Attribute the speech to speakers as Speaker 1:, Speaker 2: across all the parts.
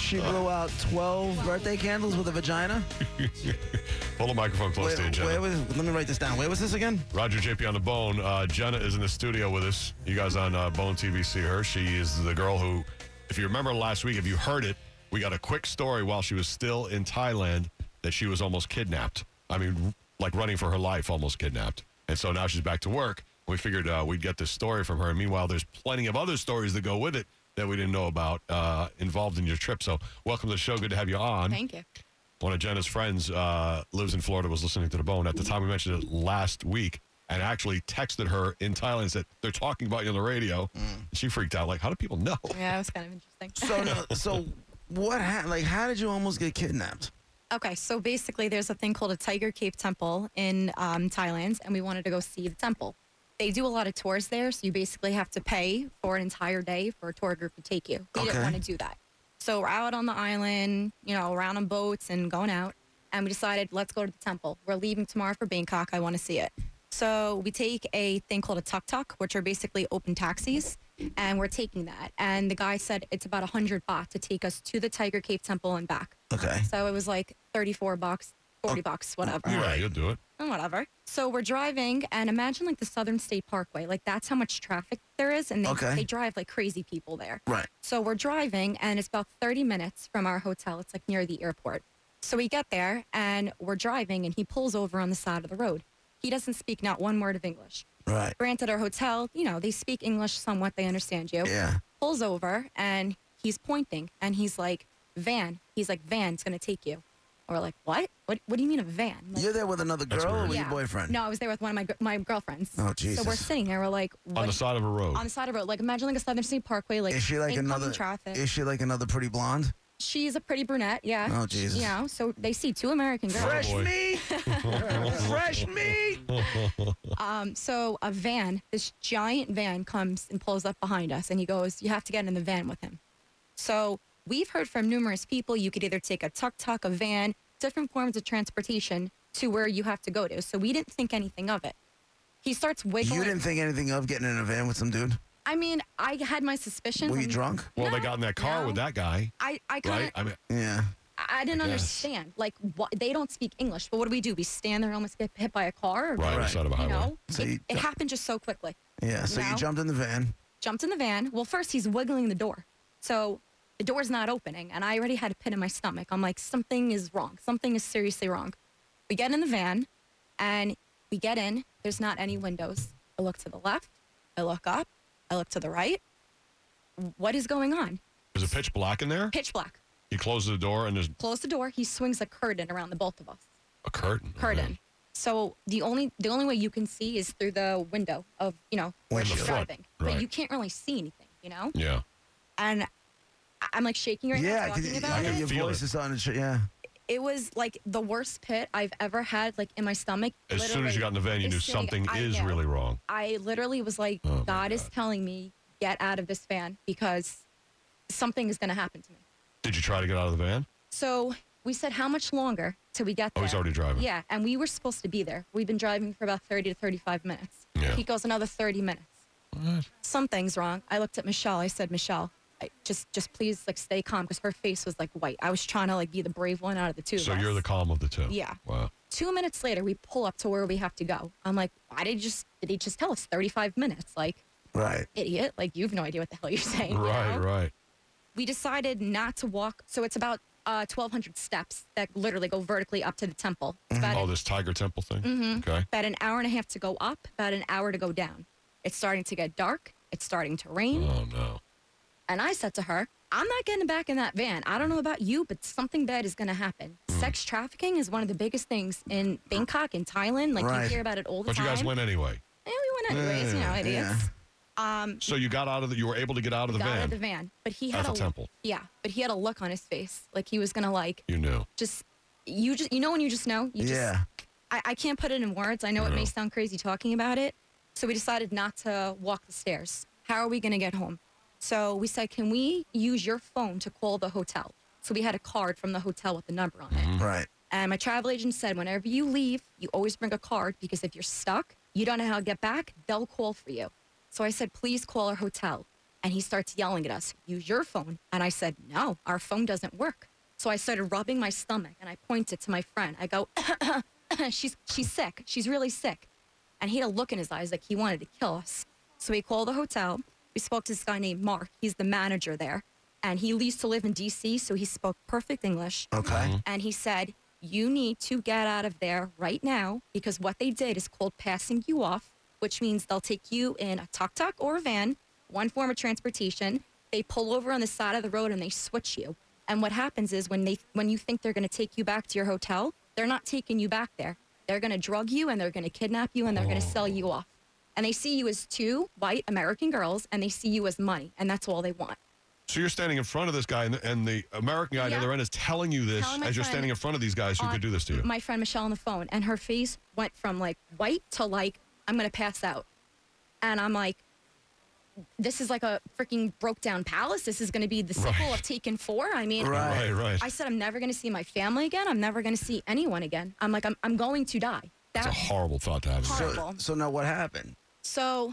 Speaker 1: She blew out 12 birthday candles with a vagina.
Speaker 2: Hold the microphone close
Speaker 1: Where,
Speaker 2: to you, Jenna.
Speaker 1: where was, let me write this down. Where was this again?
Speaker 2: Roger JP on the bone. Uh, Jenna is in the studio with us. You guys on uh, Bone TV see her. She is the girl who, if you remember last week, if you heard it, we got a quick story while she was still in Thailand that she was almost kidnapped. I mean, like running for her life, almost kidnapped. And so now she's back to work. We figured uh, we'd get this story from her. And meanwhile, there's plenty of other stories that go with it that we didn't know about uh, involved in your trip. So welcome to the show. Good to have you on
Speaker 3: Thank you.
Speaker 2: one of Jenna's friends uh, lives in Florida, was listening to the bone at the time we mentioned it last week, and actually texted her in Thailand said they're talking about you on the radio. She freaked out, like, how do people know?
Speaker 3: Yeah, it was kind of interesting.
Speaker 1: So, no, so what happened? Like, how did you almost get kidnapped?
Speaker 3: Okay, so basically, there's a thing called a Tiger Cave Temple in um, Thailand, and we wanted to go see the temple. They do a lot of tours there, so you basically have to pay for an entire day for a tour group to take you. We
Speaker 1: Okay.
Speaker 3: didn't want to do that. So we're out on the island, you know, around on boats and going out, and we decided, let's go to the temple. We're leaving tomorrow for Bangkok. I want to see it. So we take a thing called a tuk tuk, which are basically open taxis, and we're taking that. And the guy said it's about 100 baht to take us to the Tiger Cave Temple and back.
Speaker 1: Okay.
Speaker 3: So it was like 34 bucks, 40
Speaker 1: Oh,
Speaker 3: bucks, whatever.
Speaker 2: Yeah, you'll do it.
Speaker 3: And whatever. So we're driving, and imagine like the Southern State Parkway. Like that's how much traffic there is, and they,
Speaker 1: Okay.
Speaker 3: they drive like crazy people there.
Speaker 1: Right.
Speaker 3: So we're driving, and it's about 30 minutes from our hotel. It's like near the airport. So we get there, and we're driving, and he pulls over on the side of the road. He doesn't speak not one word of English.
Speaker 1: Right.
Speaker 3: Granted, our hotel, you know, they speak English somewhat, they understand you
Speaker 1: Yeah.
Speaker 3: pulls over and he's pointing and he's like, Van. He's like, Van's gonna take you. And we're like, what? What? What do you mean a van? I'm like,
Speaker 1: You're there with another
Speaker 2: That's
Speaker 1: girl or
Speaker 2: weird.
Speaker 1: with
Speaker 3: "Yeah."
Speaker 1: your boyfriend?
Speaker 3: No, I was there with one of my gr- my girlfriends.
Speaker 1: Oh,
Speaker 3: So we're
Speaker 1: Jesus.
Speaker 3: sitting there. We're like,
Speaker 2: on
Speaker 3: what-
Speaker 2: the side of a road.
Speaker 3: on the side of the road. Like imagine like a Southern City Parkway. Like
Speaker 1: Is she like
Speaker 3: incoming
Speaker 1: another?
Speaker 3: traffic?
Speaker 1: Is she like another pretty blonde?
Speaker 3: She's a pretty brunette. Yeah.
Speaker 1: Oh, Jesus.
Speaker 3: You know. So they see two American girls.
Speaker 2: Fresh Oh, boy.
Speaker 1: meat. Fresh meat.
Speaker 3: Um, so a van, this giant van comes and pulls up behind us and he goes, You have to get in the van with him. So we've heard from numerous people you could either take a tuk tuk, a van, different forms of transportation to where you have to go to. So we didn't think anything of it. He starts wiggling.
Speaker 1: You didn't think anything of getting in a van with some dude?
Speaker 3: I mean, I had my suspicions.
Speaker 1: Were you
Speaker 3: I'm-
Speaker 1: drunk?
Speaker 2: well, they
Speaker 3: No,
Speaker 2: got in that car
Speaker 3: no.
Speaker 2: with that guy,
Speaker 3: I, I kind
Speaker 2: right?
Speaker 3: of
Speaker 2: I mean,
Speaker 1: Yeah.
Speaker 3: I didn't
Speaker 2: I guess.
Speaker 3: understand. Like, what, they don't speak English, but what do we do? We stand there and almost get hit by a car? Or,
Speaker 2: right, on the
Speaker 1: Right.
Speaker 2: side of a
Speaker 3: You
Speaker 2: highway.
Speaker 3: know,
Speaker 1: So
Speaker 3: it,
Speaker 1: you-
Speaker 3: it happened just so quickly.
Speaker 1: Yeah. So you
Speaker 3: No.
Speaker 1: jumped in the van.
Speaker 3: jumped in the van. Well, first he's wiggling the door. So the door's not opening, and I already had a pit in my stomach. I'm like, something is wrong. Something is seriously wrong. We get in the van, and we get in. There's not any windows. I look to the left. I look up. I look to the right. What is going on?
Speaker 2: There's a pitch black in there.
Speaker 3: Pitch black.
Speaker 2: He closes the door and there's
Speaker 3: Close the door. He swings a curtain around the both of us.
Speaker 2: a curtain.
Speaker 3: Curtain. So the only the only way you can see is through the window of you know where
Speaker 1: In the
Speaker 3: she's
Speaker 2: front,
Speaker 3: driving,
Speaker 2: right.
Speaker 3: but you can't really see anything. You know.
Speaker 2: Yeah.
Speaker 3: and I- I'm like shaking right
Speaker 1: yeah.
Speaker 3: now
Speaker 1: I could-
Speaker 3: talking
Speaker 1: I
Speaker 3: about
Speaker 2: yeah,
Speaker 1: could-
Speaker 3: it.
Speaker 1: your
Speaker 2: Feel
Speaker 1: voice
Speaker 2: it.
Speaker 1: is starting to. sh- Yeah.
Speaker 3: It was like the worst pit I've ever had, like in my stomach.
Speaker 2: As soon as you got in the van, you
Speaker 3: As
Speaker 2: knew
Speaker 3: soon as I-
Speaker 2: something
Speaker 3: I
Speaker 2: is
Speaker 3: know.
Speaker 2: really wrong.
Speaker 3: I literally was like,
Speaker 2: Oh, my
Speaker 3: God is
Speaker 2: God.
Speaker 3: telling me get out of this van because something is going to happen to me.
Speaker 2: Did you try to get out of the van?
Speaker 3: So we said, how much longer till we get
Speaker 2: Oh,
Speaker 3: there?
Speaker 2: he's already driving.
Speaker 3: Yeah, and we were supposed to be there. We've been driving for about 30 to 35 minutes.
Speaker 2: Yeah.
Speaker 3: He goes another 30 minutes.
Speaker 2: What?
Speaker 3: Something's wrong. I looked at Michelle. I said, Michelle, I, just just please like stay calm because her face was like white. I was trying to like be the brave one out of the two. of
Speaker 2: So
Speaker 3: us.
Speaker 2: you're the calm of the two.
Speaker 3: Yeah.
Speaker 2: Wow.
Speaker 3: Two minutes later, we pull up to where we have to go. I'm like, why did you just did he just tell us 35 minutes? Like
Speaker 1: Right.
Speaker 3: idiot. Like you've no idea what the hell you're saying. you
Speaker 2: Right,
Speaker 3: know?
Speaker 2: right.
Speaker 3: we decided not to walk. So it's about uh, 1,200 steps that literally go vertically up to the temple. It's About,
Speaker 2: Oh, this Tiger Temple thing?
Speaker 3: Mm-hmm.
Speaker 2: Okay.
Speaker 3: about an hour and a half to go up, about an hour to go down. It's starting to get dark. It's starting to rain.
Speaker 2: Oh, no.
Speaker 3: And I said to her, I'm not getting back in that van. I don't know about you, but something bad is going to happen. Sex trafficking is one of the biggest things in Bangkok and Thailand. Like
Speaker 1: Right.
Speaker 3: you hear about it all the
Speaker 2: But you
Speaker 3: time.
Speaker 2: guys went anyway.
Speaker 3: Yeah, we went anyways, you know,
Speaker 1: Yeah.
Speaker 3: idiots. Um,
Speaker 2: So you got out of the, you were able to get out of the
Speaker 3: got
Speaker 2: van.
Speaker 3: out of the van, but he had
Speaker 2: At the
Speaker 3: a
Speaker 2: temple.
Speaker 3: Yeah, but he had a look on his face like he was gonna like
Speaker 2: you knew.
Speaker 3: just you just you know when you just know you just
Speaker 1: yeah.
Speaker 3: I, I can't put it in words. I know it
Speaker 2: know.
Speaker 3: may sound crazy talking about it. So we decided not to walk the stairs. How are we going to get home? So we said, can we use your phone to call the hotel? So we had a card from the hotel with the number on it.
Speaker 1: Right.
Speaker 3: And my travel agent said, whenever you leave, you always bring a card because if you're stuck, you don't know how to get back, they'll call for you. So I said, please call our hotel. And he starts yelling at us, use your phone. And I said, no, our phone doesn't work. So I started rubbing my stomach and I pointed to my friend. I go, she's, she's sick. She's really sick. And he had a look in his eyes like he wanted to kill us. So we called the hotel. We spoke to this guy named Mark. He's the manager there. And he used to live in DC, so he spoke perfect English
Speaker 1: Okay.
Speaker 3: and he said, You need to get out of there right now because what they did is called passing you off, which means they'll take you in a tuk tuk or a van, one form of transportation. They pull over on the side of the road and they switch you. And what happens is when they when you think they're going to take you back to your hotel, they're not taking you back there. They're going to drug you and they're going to kidnap you and they're going to sell you off. And they see you as two white American girls and they see you as money and that's all they want.
Speaker 2: So you're standing in front of this guy, and the, and the American guy on
Speaker 3: Yeah.
Speaker 2: the other end is telling you this
Speaker 3: Telling my
Speaker 2: as you're
Speaker 3: friend
Speaker 2: standing in front of these guys who
Speaker 3: on
Speaker 2: could do this to you.
Speaker 3: My friend Michelle on the phone, and her face went from like white to like, I'm gonna pass out. And I'm like, this is like a freaking broke down palace. This is gonna be the sequel
Speaker 2: Right.
Speaker 3: of Taken 4. I mean,
Speaker 2: right,
Speaker 1: Right.
Speaker 2: right.
Speaker 3: I said, I'm never gonna see my family again. I'm never gonna see anyone again. I'm like, I'm, I'm going to die.
Speaker 2: it's a
Speaker 3: That,
Speaker 2: horrible thought to have. in your head.
Speaker 1: So,
Speaker 3: Horrible.
Speaker 1: so now what happened?
Speaker 3: so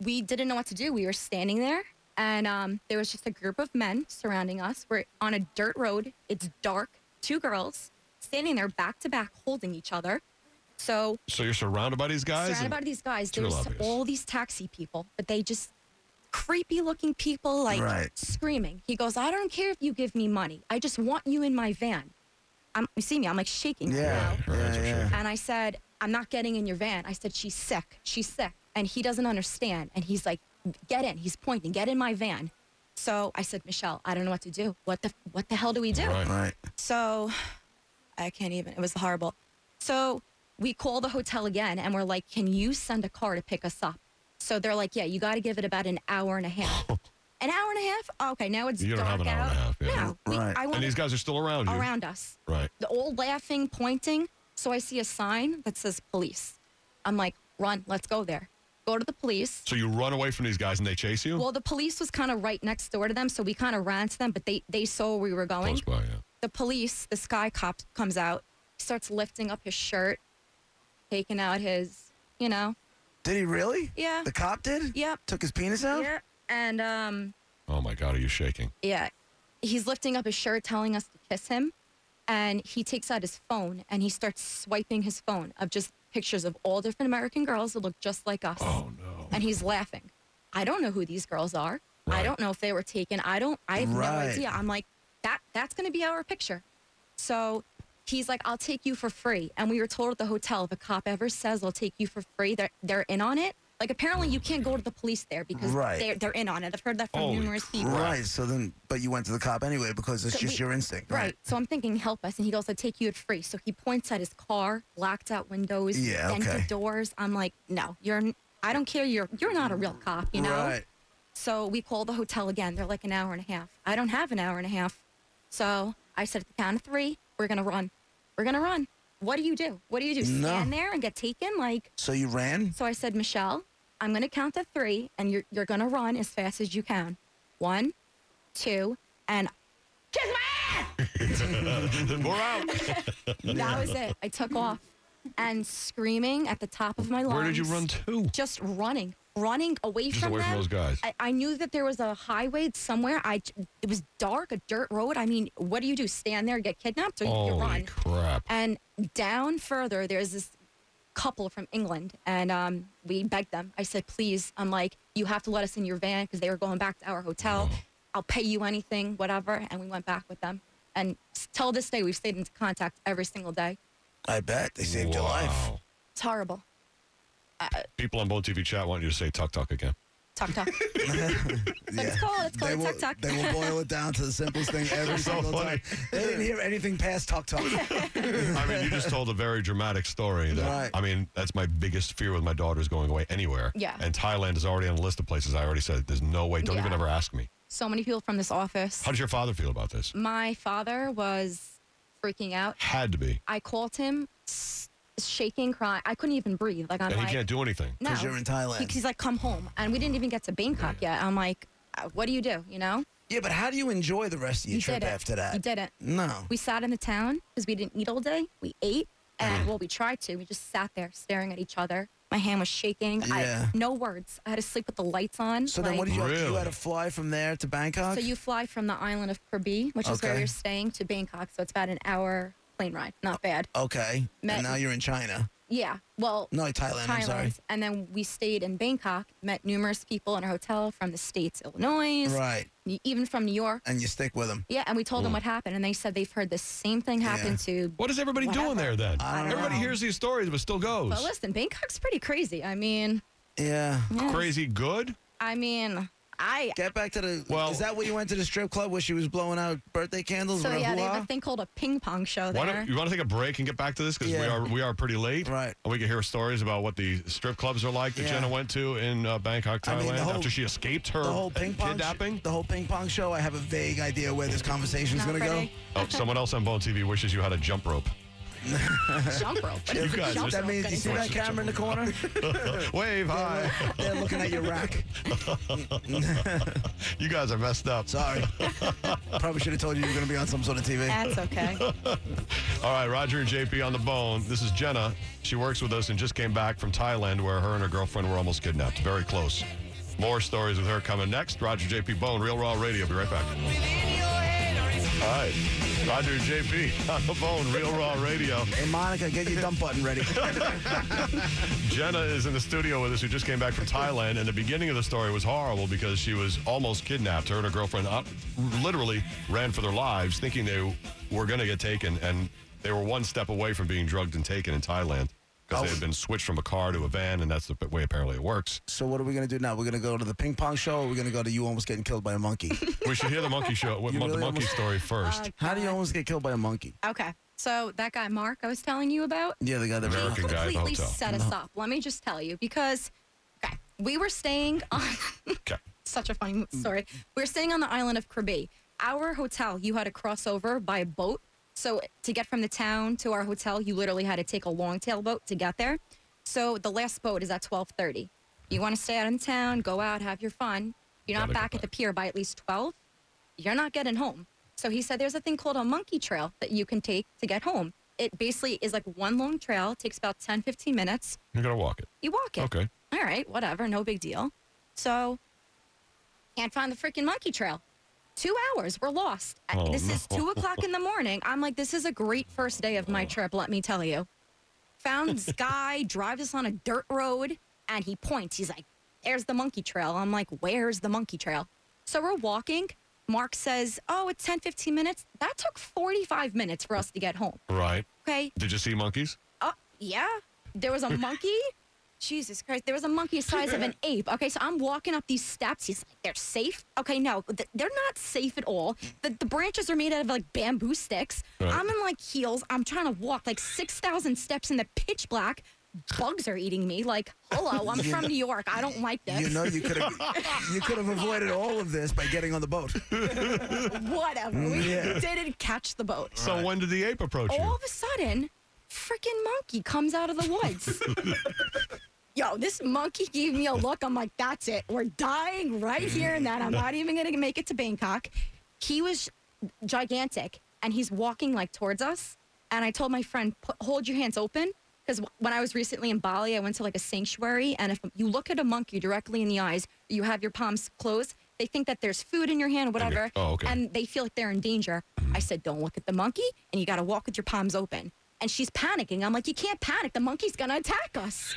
Speaker 3: we didn't know what to do. We were standing there, and um, there was just a group of men surrounding us. We're on a dirt road. It's dark. Two girls standing there back to back, holding each other. So
Speaker 2: So you're surrounded by these guys.
Speaker 3: surrounded
Speaker 2: and-
Speaker 3: by these guys.
Speaker 2: too
Speaker 3: There's
Speaker 2: obvious.
Speaker 3: all these taxi people, but they just creepy looking people like
Speaker 1: Right.
Speaker 3: screaming. He goes, I don't care if you give me money. I just want you in my van. I'm, you see me, I'm like shaking. you
Speaker 1: Yeah.
Speaker 3: know?
Speaker 2: Her hands
Speaker 1: Yeah,
Speaker 2: are
Speaker 1: yeah.
Speaker 2: shaking.
Speaker 3: And I said, I'm not getting in your van. I said, she's sick. She's sick. And he doesn't understand. And he's like, get in. He's pointing, get in my van. So I said, Michelle, I don't know what to do. What the, what the hell do we do?
Speaker 2: Right.
Speaker 1: Right.
Speaker 3: So I can't even. It was horrible. So we call the hotel again and we're like, can you send a car to pick us up? So they're like, yeah, you got to give it about an hour and a half. an hour and a half? Okay, now it's
Speaker 2: You don't
Speaker 3: dark
Speaker 2: have an hour
Speaker 3: out.
Speaker 2: and a half, yeah.
Speaker 3: No, we,
Speaker 1: Right.
Speaker 3: I
Speaker 2: And
Speaker 3: want
Speaker 2: these guys are still around you.
Speaker 3: around us.
Speaker 2: Right.
Speaker 3: The all laughing, pointing. So I see a sign that says police. I'm like, run, let's go there. Go to the police.
Speaker 2: So you run away from these guys and they chase you?
Speaker 3: Well, the police was kind of right next door to them, so we kind of ran to them, but they they saw where we were going
Speaker 2: Close by, yeah.
Speaker 3: the police, the sky cop comes out, starts lifting up his shirt, taking out his, you know,
Speaker 1: Did he really?
Speaker 3: Yeah.
Speaker 1: The cop did?
Speaker 3: Yep.
Speaker 1: Took his penis out?
Speaker 3: yeah, and um,
Speaker 2: Oh my God, are you shaking?
Speaker 3: yeah, he's lifting up his shirt, telling us to kiss him, and he takes out his phone and he starts swiping his phone of just pictures of all different American girls that look just like us.
Speaker 2: Oh no.
Speaker 3: and he's laughing. I don't know who these girls are.
Speaker 2: Right.
Speaker 3: I don't know if they were taken. I don't. I have
Speaker 1: Right.
Speaker 3: no idea. I'm like, that. That's going to be our picture. So he's like, I'll take you for free. And we were told at the hotel, if a cop ever says they'll take you for free, they're they're in on it. Like apparently you can't go to the police there because
Speaker 1: Right.
Speaker 3: they're they're in on it. I've heard that from
Speaker 2: Holy
Speaker 3: numerous people.
Speaker 1: Right. So then, but you went to the cop anyway because it's
Speaker 3: So
Speaker 1: just
Speaker 3: we-
Speaker 1: your instinct,
Speaker 3: Right. So I'm thinking, help us. And he goes, I'll take you at free. So he points at his car, blacked out windows,
Speaker 1: Yeah,
Speaker 3: dented
Speaker 1: okay.
Speaker 3: doors. I'm like, no, you're. I don't care. You're you're not a real cop. You know.
Speaker 1: Right.
Speaker 3: So we called the hotel again. They're like an hour and a half. I don't have an hour and a half. So I said, at the count of three, we're going to run. We're going to run. What do you do? What do you do?
Speaker 1: No.
Speaker 3: Stand there and get taken? Like,
Speaker 1: So you ran?
Speaker 3: so I said, Michelle, I'm going to count to three and you're, you're going to run as fast as you can. One, two, and kiss my ass!
Speaker 2: We're out.
Speaker 3: That was it. I took off and screaming at the top of my lungs.
Speaker 2: Where did you run to?
Speaker 3: Just running, running away
Speaker 2: Just
Speaker 3: from
Speaker 2: away from
Speaker 3: them.
Speaker 2: those guys.
Speaker 3: I, I knew that there was a highway somewhere. I it was dark, a dirt road. I mean, what do you do? Stand there, and get kidnapped, or you
Speaker 2: Holy
Speaker 3: you run?
Speaker 2: crap.
Speaker 3: And down further, there's this couple from England, and um, we begged them. I said, please, I'm like, you have to let us in your van because they were going back to our hotel. I'll pay you anything, whatever. And we went back with them. And s- till this day, we've stayed in contact every single day.
Speaker 1: I bet. They saved your life.
Speaker 2: Wow.
Speaker 3: It's horrible.
Speaker 2: People on Bone TV chat want you to say tuck tuck again.
Speaker 3: Tuk Tuk.
Speaker 1: Yeah.
Speaker 3: It's called it's called
Speaker 1: they
Speaker 3: a
Speaker 1: will,
Speaker 3: tuk tuk.
Speaker 1: They will boil it down to the simplest thing every
Speaker 2: So
Speaker 1: single
Speaker 2: funny.
Speaker 1: time. They didn't hear anything past tuk tuk.
Speaker 2: I mean, you just told a very dramatic story. That,
Speaker 1: Right.
Speaker 2: I mean, that's my biggest fear with my daughters going away anywhere.
Speaker 3: Yeah.
Speaker 2: And Thailand is already on the list of places I already said, there's no way. Don't
Speaker 3: Yeah.
Speaker 2: even ever ask me.
Speaker 3: so many people from this office.
Speaker 2: How does your father feel about this?
Speaker 3: My father was freaking out.
Speaker 2: Had to be.
Speaker 3: I called him, s- shaking, crying. I couldn't even breathe. Like I'm
Speaker 2: And
Speaker 3: like,
Speaker 2: he can't do anything.
Speaker 3: no.
Speaker 1: 'Cause you're in Thailand.
Speaker 3: He- He's like, come home, and we didn't even get to Bangkok yet. I'm like, uh, what do you do? You know?
Speaker 1: Yeah, but how do you enjoy the rest of your
Speaker 3: You
Speaker 1: trip
Speaker 3: did it.
Speaker 1: after that? Mm.
Speaker 3: You didn't.
Speaker 1: No.
Speaker 3: We sat in the town because we didn't eat all day. We ate,
Speaker 1: Mm.
Speaker 3: and well, we tried to. We just sat there staring at each other. My hand was shaking.
Speaker 1: Yeah.
Speaker 3: I no words. I had to sleep with the lights on.
Speaker 1: So then, what
Speaker 3: like-
Speaker 1: did you? You
Speaker 2: Really?
Speaker 1: had to fly from there to Bangkok.
Speaker 3: So you fly from the island of Krabi, which is where
Speaker 1: Okay. Oh.
Speaker 3: you're staying, to Bangkok. So it's about an hour plane ride. Not bad.
Speaker 1: okay?
Speaker 3: Met-
Speaker 1: and now you're in China.
Speaker 3: Yeah. Well,
Speaker 1: No, Thailand. I'm sorry.
Speaker 3: And then we stayed in Bangkok, met numerous people in our hotel from the states, Illinois,
Speaker 1: Right,
Speaker 3: e- even from New York.
Speaker 1: and you stick with them.
Speaker 3: Yeah, and we told them what happened, and they said they've heard the same thing happen to.
Speaker 2: What is everybody doing there
Speaker 3: Whatever.
Speaker 2: then?
Speaker 1: I don't
Speaker 2: Everybody
Speaker 3: know.
Speaker 2: hears these stories, but still goes.
Speaker 3: But listen, Bangkok's pretty crazy. I mean,
Speaker 1: Yeah.
Speaker 3: yeah.
Speaker 2: Crazy good?
Speaker 3: I mean, I.
Speaker 1: Get back to the.
Speaker 2: Well-
Speaker 1: is that where you went to the strip club where she was blowing out birthday candles?
Speaker 3: So
Speaker 1: with her
Speaker 3: yeah, they have
Speaker 1: hoo-ha?
Speaker 3: a thing called a ping pong show
Speaker 2: Why
Speaker 3: there.
Speaker 2: don't you want to take a break and get back to this because we
Speaker 1: Yeah.
Speaker 2: are we are pretty late,
Speaker 1: Right.
Speaker 2: And we can hear stories about what the strip clubs are like that
Speaker 1: Yeah.
Speaker 2: Jenna went to in uh, Bangkok,
Speaker 1: I
Speaker 2: Thailand,
Speaker 1: mean, the whole-
Speaker 2: after she escaped her
Speaker 1: the whole
Speaker 2: uh,
Speaker 1: ping pong sh-
Speaker 2: kidnapping.
Speaker 1: the whole ping pong show. I have a vague idea where this conversation's
Speaker 3: Not
Speaker 1: going to go.
Speaker 3: Friday.
Speaker 2: oh, someone else on Bone TV wishes you had a jump rope.
Speaker 3: jump rope. What is
Speaker 2: You
Speaker 3: a
Speaker 2: guys
Speaker 3: jump
Speaker 2: are-
Speaker 1: That
Speaker 3: rope
Speaker 1: means
Speaker 3: gonna
Speaker 1: you see
Speaker 3: do?
Speaker 1: that camera in the corner?
Speaker 2: Wave hi.
Speaker 1: They're looking at your rack.
Speaker 2: you guys are messed up.
Speaker 1: Sorry. Probably should have told you you were going to be on some sort of TV.
Speaker 3: That's okay.
Speaker 2: All right, Roger and JP on the bone. This is Jenna. She works with us and just came back from Thailand where her and her girlfriend were almost kidnapped. Very close. More stories with her coming next. Roger JP Bone, Real Raw Radio. Be right back. All right. Roger and JP on the bone, Real Raw Radio.
Speaker 1: Hey, Monica, get your dump button ready.
Speaker 2: Jenna is in the studio with us, who just came back from Thailand. And the beginning of the story was horrible because she was almost kidnapped. Her and her girlfriend uh, literally ran for their lives, thinking they were going to get taken. And they were one step away from being drugged and taken in Thailand because they had been switched from a car to a van. And that's the way apparently it works.
Speaker 1: So what are we going to do now? We're going to go to the ping pong show or we're going to go to you almost getting killed by a monkey?
Speaker 2: We should hear the monkey show, what,
Speaker 1: You
Speaker 2: the
Speaker 1: really
Speaker 2: monkey
Speaker 1: almost-
Speaker 2: story first.
Speaker 1: How do you almost get killed by a monkey?
Speaker 3: Okay. So that guy Mark I was telling you about,
Speaker 1: Yeah, the guy that
Speaker 2: American
Speaker 3: he
Speaker 2: guy at the
Speaker 3: completely
Speaker 2: hotel.
Speaker 3: set us up. Let me just tell you because okay, we were staying on
Speaker 2: okay.
Speaker 3: such a funny story. We were staying on the island of Krabi. Our hotel, you had to cross over by boat. So to get from the town to our hotel, you literally had to take a long tail boat to get there. So the last boat is at 12:30. You want to stay out in town, go out, have your fun. You're not
Speaker 2: Gotta go
Speaker 3: back at the
Speaker 2: back.
Speaker 3: pier by at least 12. You're not getting home. So he said there's a thing called a monkey trail that you can take to get home. It basically is like one long trail, takes about 10 15 minutes.
Speaker 2: You're going to walk it.
Speaker 3: You walk it.
Speaker 2: Okay.
Speaker 3: All right, whatever, no big deal. So, can't find the freaking monkey trail. Two hours, we're lost. I-
Speaker 2: Oh,
Speaker 3: this is
Speaker 2: no. Oh.
Speaker 3: two o'clock in the morning. I'm like, this is a great first day of my trip, let me tell you. Found this guy, drives us on a dirt road, and he points. He's like, there's the monkey trail. I'm like, where's the monkey trail? So we're walking. Mark says, oh, it's 10, 15 minutes. That took 45 minutes for us to get home.
Speaker 2: Right.
Speaker 3: Okay,
Speaker 2: Did you see monkeys?
Speaker 3: Oh, yeah. There was a monkey. Jesus Christ. There was a monkey the size of an ape. Okay, so I'm walking up these steps. He's like, they're safe. Okay, no, th- they're not safe at all. The, the branches are made out of like bamboo sticks.
Speaker 2: Right.
Speaker 3: I'm in like heels. I'm trying to walk like 6,000 steps in the pitch black. Bugs are eating me. Like, hello, I'm from New York. I don't like this.
Speaker 1: You know you could have you could have avoided all of this by getting on the boat.
Speaker 3: Whatever. We
Speaker 1: Yeah.
Speaker 3: didn't catch the boat.
Speaker 2: So when did the ape approach
Speaker 3: all
Speaker 2: you?
Speaker 3: of a sudden, freaking monkey comes out of the woods. Yo, this monkey gave me a look. I'm like, that's it. We're dying right here and that. I'm not even gonna make it to Bangkok. He was gigantic, and he's walking like towards us. And I told my friend, "Put- hold your hands open, because when I was recently in Bali, I went to like a sanctuary, and if you look at a monkey directly in the eyes, you have your palms closed. They think that there's food in your hand, whatever,
Speaker 2: oh, okay. Mm-hmm.
Speaker 3: and they feel like they're in danger. I said, don't look at the monkey, and you got to walk with your palms open. And she's panicking. I'm like, you can't panic. The monkey's gonna attack us.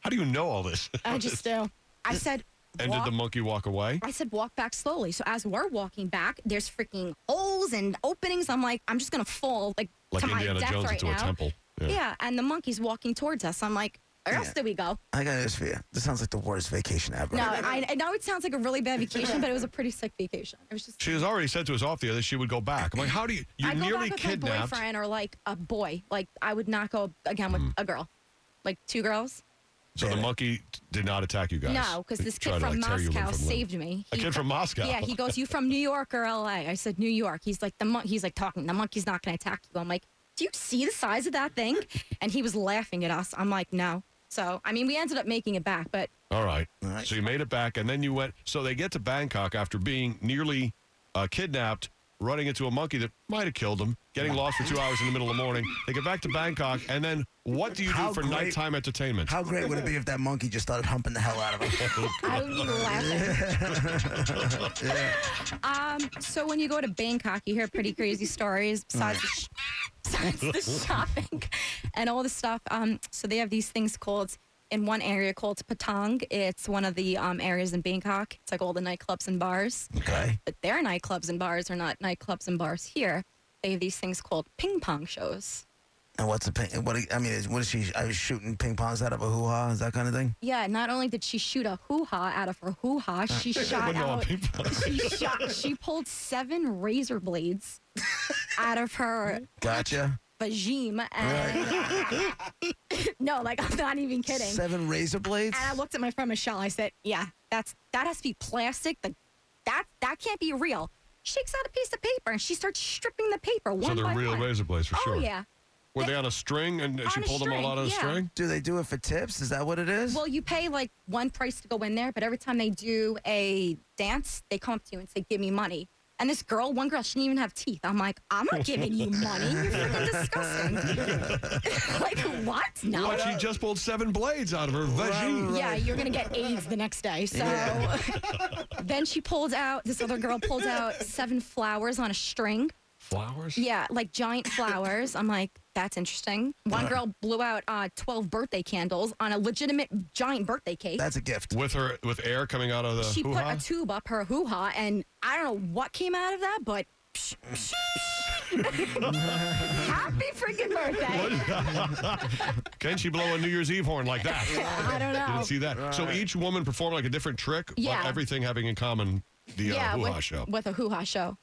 Speaker 2: How do you know all this?
Speaker 1: Uh,
Speaker 3: I just do. I said,
Speaker 2: and did
Speaker 3: walk.
Speaker 2: the monkey walk away?
Speaker 3: I said, walk back slowly. So as we're walking back, there's freaking holes and openings. I'm like, I'm just gonna fall like,
Speaker 2: Like
Speaker 3: to my
Speaker 2: Indiana
Speaker 3: death
Speaker 2: Jones
Speaker 3: right
Speaker 2: into
Speaker 3: now.
Speaker 2: a temple.
Speaker 3: Yeah. and the monkey's walking towards us. I'm like, Where else did we go?
Speaker 1: I got news for you. This sounds like the worst vacation ever.
Speaker 3: No, I, I know it sounds like a really bad vacation, but it was a pretty sick vacation. It was just
Speaker 2: She has already said to us off the air that she would go back. I'm like, how do you? You
Speaker 3: I go
Speaker 2: nearly
Speaker 3: back with my
Speaker 2: kidnapped.
Speaker 3: boyfriend or like a boy. Like I would not go again
Speaker 2: Mm.
Speaker 3: with a girl, like two girls.
Speaker 2: So the monkey t- did not attack you guys.
Speaker 3: No, because
Speaker 2: It
Speaker 3: this
Speaker 2: tried
Speaker 3: kid
Speaker 2: to,
Speaker 3: from
Speaker 2: like, tear you limb
Speaker 3: Moscow
Speaker 2: from limb.
Speaker 3: saved me.
Speaker 2: A
Speaker 3: He-
Speaker 2: kid from Moscow.
Speaker 3: Yeah, he goes, "You from New York or LA?" I said, "New York." He's like, "The mon-, he's like talking. The monkey's not going to attack you." I'm like, "Do you see the size of that thing?" And he was laughing at us. I'm like, "No." So I mean, we ended up making it back, but
Speaker 2: All right.
Speaker 1: right.
Speaker 2: So you made it back, and then you went. So they get to Bangkok after being nearly uh, kidnapped, running into a monkey that might have killed them, getting lost for two hours in the middle of the morning. They get back to Bangkok, and then what do you
Speaker 1: How
Speaker 2: do for
Speaker 1: great-
Speaker 2: nighttime entertainment?
Speaker 1: How great would it be if that monkey just started humping the hell out of him?
Speaker 3: I would be laughing. um, so when you go to Bangkok, you hear pretty crazy stories besides, the, sh- besides the shopping and all the stuff. Um, so they have these things called in one area called Patang. It's one of the um, areas in Bangkok. It's like all the nightclubs and bars.
Speaker 1: okay.
Speaker 3: But their nightclubs and bars are not nightclubs and bars here. They have these things called ping pong shows.
Speaker 1: And what's a ping? What? do you- I mean, is, what is she? I was shooting ping pongs out of a hoo ha. Is that kind of thing?
Speaker 3: Yeah, not only did she shoot a hoo ha out of her hoo ha, she shot
Speaker 2: Wouldn't want
Speaker 3: out.
Speaker 2: people-
Speaker 3: she shot she pulled seven razor blades out of her
Speaker 1: Gotcha.
Speaker 3: vagine and no like i'm not even kidding
Speaker 1: Seven razor blades.
Speaker 3: and i looked at my friend michelle i said yeah that's that has to be plastic the, that that can't be real shakes out a piece of paper and she starts stripping the paper
Speaker 2: so
Speaker 3: one
Speaker 2: they're
Speaker 3: by
Speaker 2: real
Speaker 3: one.
Speaker 2: razor blades for
Speaker 3: oh
Speaker 2: sure.
Speaker 3: yeah
Speaker 2: Were they on a string, and she
Speaker 3: On a
Speaker 2: pulled them all
Speaker 3: string,
Speaker 2: out of the
Speaker 3: yeah.
Speaker 2: string?
Speaker 1: do they do it for tips? Is that what it is?
Speaker 3: well you pay like one price to go in there but every time they do a dance they come up to you and say give me money and this girl, one girl, she didn't even have teeth. I'm like, I'm not giving you money. You're freaking disgusting. like, what? No.
Speaker 2: What? She just pulled seven blades out of her vagina.
Speaker 3: Yeah, you're gonna get AIDS the next day. So then she pulls out this other girl pulls out seven flowers on a string.
Speaker 2: Flowers.
Speaker 3: Yeah, like giant flowers. I'm like, that's interesting. One girl blew out uh, 12 birthday candles on a legitimate giant birthday cake.
Speaker 1: That's a gift.
Speaker 2: With her, with air coming out of the
Speaker 3: she put
Speaker 2: hoo-ha?
Speaker 3: a tube up her hoo ha, and I don't know what came out of that, but. psh, psh, psh. Happy freaking birthday!
Speaker 2: Can she blow a New Year's Eve horn like that?
Speaker 3: I don't know.
Speaker 2: Didn't see that. So each woman performed like a different trick,
Speaker 3: Yeah.
Speaker 2: but everything having in common the
Speaker 3: yeah,
Speaker 2: uh, hoo-ha
Speaker 3: with,
Speaker 2: show.
Speaker 3: with a hoo ha show.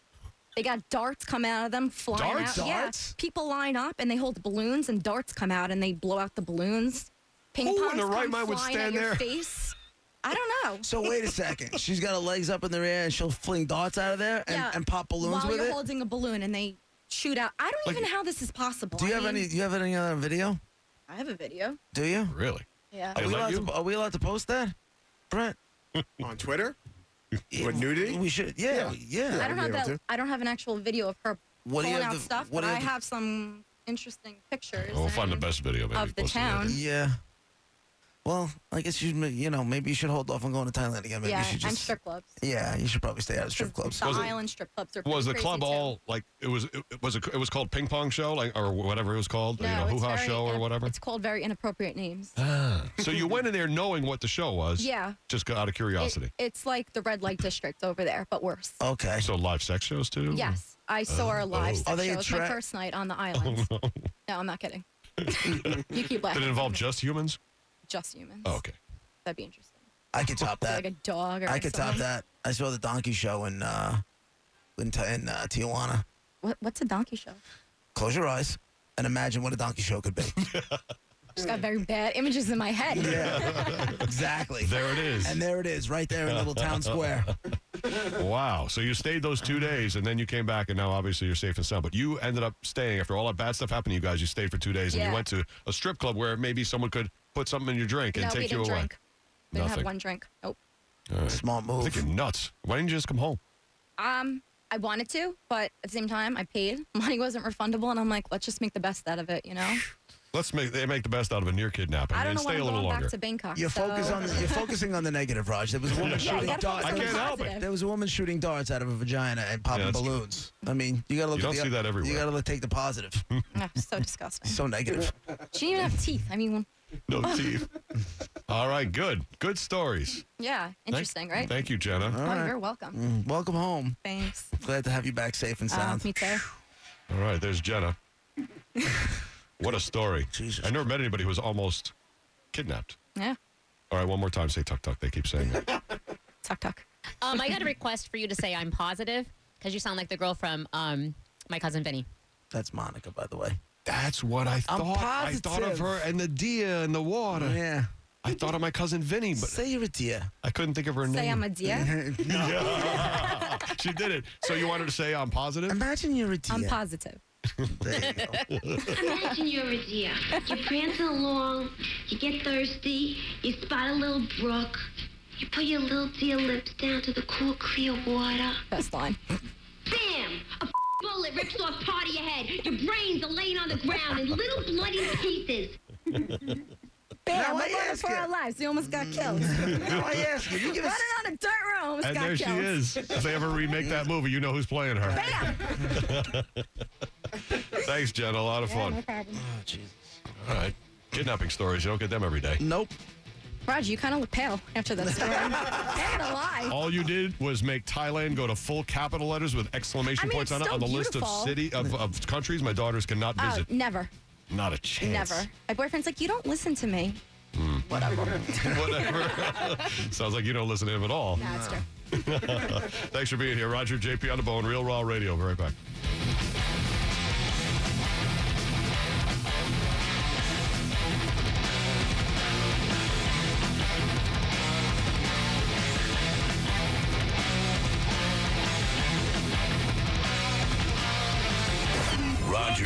Speaker 3: They got darts come out of them, flying
Speaker 2: Darts?
Speaker 3: out.
Speaker 1: Darts?
Speaker 3: Yeah, people line up and they hold balloons, and darts come out and they blow out the balloons. Ping
Speaker 2: Who in
Speaker 3: pongs
Speaker 2: their right
Speaker 3: come
Speaker 2: mind would
Speaker 3: flying
Speaker 2: stand
Speaker 3: at your
Speaker 2: there?
Speaker 3: face. I don't know.
Speaker 1: So wait a second. She's got her legs up in the air and she'll fling darts out of there and,
Speaker 3: Yeah,
Speaker 1: and pop balloons
Speaker 3: while
Speaker 1: with
Speaker 3: you're
Speaker 1: it.
Speaker 3: holding a balloon and they shoot out. I don't
Speaker 2: Like-
Speaker 3: even know how this is possible.
Speaker 1: do you
Speaker 3: I
Speaker 1: have
Speaker 3: mean,
Speaker 1: any? Do you have any other video?
Speaker 3: I have a video.
Speaker 1: Do you?
Speaker 2: Really?
Speaker 3: Yeah.
Speaker 2: They
Speaker 1: Are we,
Speaker 2: let
Speaker 1: allowed
Speaker 2: you?
Speaker 1: to, are we allowed to post that, Brent?
Speaker 4: on Twitter with nudity.
Speaker 1: We should. Yeah, yeah.
Speaker 3: I
Speaker 4: I'd
Speaker 3: don't have
Speaker 4: be
Speaker 3: that.
Speaker 4: able to.
Speaker 3: I don't have an actual video of her
Speaker 1: What do you
Speaker 3: pulling
Speaker 1: have
Speaker 3: out
Speaker 1: the-
Speaker 3: stuff,
Speaker 1: what
Speaker 3: but
Speaker 1: do you
Speaker 3: I
Speaker 1: have the-
Speaker 3: have some interesting pictures.
Speaker 2: We'll find the
Speaker 3: and-
Speaker 2: best video maybe.
Speaker 3: Of the
Speaker 2: Post it later.
Speaker 3: town.
Speaker 1: Yeah. Well, I guess you you know maybe you should hold off on going to Thailand again. Maybe
Speaker 3: Yeah,
Speaker 1: you should
Speaker 3: and
Speaker 1: just
Speaker 3: strip clubs.
Speaker 1: yeah you should probably stay out of
Speaker 3: 'Cause
Speaker 1: strip clubs.
Speaker 3: The
Speaker 2: Was it-
Speaker 3: island strip clubs are
Speaker 2: Was the
Speaker 3: pretty
Speaker 2: club
Speaker 3: crazy, too.
Speaker 2: all like it was? It it was a, it was called ping pong show, like or whatever it was called, you know,
Speaker 3: it's
Speaker 2: hoo ha
Speaker 3: very
Speaker 2: show or
Speaker 3: inap-
Speaker 2: whatever. Ah.
Speaker 3: It's called very inappropriate names.
Speaker 2: So you went in there knowing what the show was,
Speaker 3: yeah.
Speaker 2: just got out of
Speaker 3: It-
Speaker 2: curiosity.
Speaker 3: it's like the red light district over there, but worse.
Speaker 1: Okay.
Speaker 2: so live sex shows too.
Speaker 3: Yes. I saw her live
Speaker 2: oh.
Speaker 3: sex
Speaker 1: Oh. Are they
Speaker 3: show. It was my
Speaker 1: attract-
Speaker 3: first night on the island. no, I'm not kidding. you keep
Speaker 2: Did
Speaker 3: laughing.
Speaker 2: it involve just humans?
Speaker 3: just humans?
Speaker 2: Oh, okay.
Speaker 3: That'd be interesting.
Speaker 1: I could top that.
Speaker 3: like a dog or
Speaker 1: I could top
Speaker 3: something.
Speaker 1: that. I saw the donkey show in uh in, Ti- in uh, Tijuana.
Speaker 3: What, what's a donkey show?
Speaker 1: Close your eyes and imagine what a donkey show could be.
Speaker 3: Just got very bad images in my head.
Speaker 1: yeah, exactly.
Speaker 2: There it is.
Speaker 1: And there it is, right there in Little Town Square.
Speaker 2: Wow. So you stayed those two days and then you came back and now obviously you're safe and sound. But you ended up staying after all that bad stuff happened to you guys, you stayed for two days and
Speaker 3: Yeah.
Speaker 2: you went to a strip club where maybe someone could put something in your drink and
Speaker 3: no, we
Speaker 2: take you
Speaker 3: didn't
Speaker 2: away.
Speaker 3: drink. We didn't have
Speaker 2: Nothing.
Speaker 3: one drink. Nope.
Speaker 1: Small
Speaker 2: I think
Speaker 1: move.
Speaker 2: you're nuts. Why didn't you just come home?
Speaker 3: Um, I wanted to, but at the same time, I paid. Money wasn't refundable, and I'm like, let's just make the best out of it, you know?
Speaker 2: Let's make they make the best out of a near kidnapping
Speaker 3: I don't
Speaker 2: and
Speaker 3: know
Speaker 2: stay
Speaker 3: why
Speaker 2: a
Speaker 3: I'm
Speaker 2: little
Speaker 3: going
Speaker 2: longer.
Speaker 3: back to Bangkok.
Speaker 1: You're
Speaker 3: so-
Speaker 1: focus on the, you're focusing on the negative, Raj. There was a woman
Speaker 3: Yeah, you
Speaker 1: shooting
Speaker 3: gotta
Speaker 1: darts.
Speaker 3: focus on
Speaker 2: I
Speaker 3: the
Speaker 2: can't help it.
Speaker 3: positive.
Speaker 1: There was a woman shooting darts out of a vagina and popping
Speaker 2: that's-
Speaker 1: balloons. I mean, you gotta look. at
Speaker 2: You don't
Speaker 1: the,
Speaker 2: see that everywhere.
Speaker 1: You gotta look, take the positive.
Speaker 3: Ugh, so disgusting.
Speaker 1: so negative.
Speaker 3: She didn't even have teeth. I mean,
Speaker 2: No teeth. all right, good. Good stories.
Speaker 3: yeah,
Speaker 2: Thank-
Speaker 3: interesting, right?
Speaker 2: Thank you, Jenna.
Speaker 3: Oh,
Speaker 1: All right.
Speaker 3: You're welcome.
Speaker 1: Mm, Welcome home.
Speaker 3: Thanks.
Speaker 1: Glad to have you back safe and
Speaker 3: Uh,
Speaker 1: sound.
Speaker 3: me too.
Speaker 2: All right, there's Jenna. What a story.
Speaker 1: Jesus.
Speaker 2: I never met anybody who was almost Kidnapped.
Speaker 3: Yeah.
Speaker 2: All right, one more time. Say tuk tuk. They keep saying it.
Speaker 3: Tuck tuck.
Speaker 5: Um, I got a request for you to say I'm positive because you sound like the girl from um, my cousin Vinny.
Speaker 1: That's Monica, by the way.
Speaker 2: That's what I thought. I thought of
Speaker 1: positive.
Speaker 2: her and the deer in the water.
Speaker 1: Yeah.
Speaker 2: I thought of my cousin Vinny, but
Speaker 1: Say it, dear.
Speaker 2: I couldn't think of her
Speaker 3: Say I'm
Speaker 2: name.
Speaker 3: a
Speaker 1: mm-hmm.
Speaker 3: deer.
Speaker 2: Yeah. she did it. So you wanted to say I'm positive?
Speaker 1: Imagine you're a deer.
Speaker 3: I'm positive.
Speaker 1: There you go.
Speaker 6: Imagine you're a deer. You're prancing along, you get thirsty, you spot a little brook, you put your little deer lips down to the cool, clear water.
Speaker 3: Best line.
Speaker 6: Bam! A bullet rips off part of your head. Your brains are laying on the ground in little bloody pieces.
Speaker 3: Bam!
Speaker 1: Now
Speaker 3: we're
Speaker 1: I
Speaker 3: running
Speaker 1: ask
Speaker 3: for
Speaker 1: you. Mm.
Speaker 3: our lives. We almost got killed. running
Speaker 1: Now I ask you, you give us
Speaker 3: on a dirt road. Almost
Speaker 2: and
Speaker 3: got
Speaker 2: there
Speaker 3: killed.
Speaker 2: she is. If they ever remake that movie, you know who's playing her.
Speaker 3: Bam!
Speaker 2: Thanks, Jen. A lot of fun. Oh, All right. Kidnapping stories. You don't get them every day.
Speaker 1: Nope.
Speaker 3: Roger, you kind of look pale after that story. I'm not gonna lie.
Speaker 2: All you did was make Thailand go to full capital letters with exclamation
Speaker 3: I mean,
Speaker 2: points
Speaker 3: it's
Speaker 2: on it
Speaker 3: so
Speaker 2: on the list
Speaker 3: beautiful.
Speaker 2: of city of, of countries my daughters cannot
Speaker 3: Oh,
Speaker 2: visit.
Speaker 3: never,
Speaker 2: Not a chance.
Speaker 3: never. My boyfriend's like, you don't listen to me.
Speaker 2: Whatever. Sounds like you don't listen to him at all.
Speaker 3: That's true.
Speaker 2: Thanks for being here. Roger JP on the bone, Real Raw Radio. We'll be right back.
Speaker 7: Roger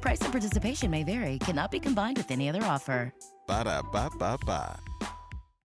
Speaker 8: Price and participation may vary, cannot be combined with any other offer.
Speaker 9: Ba da ba ba ba.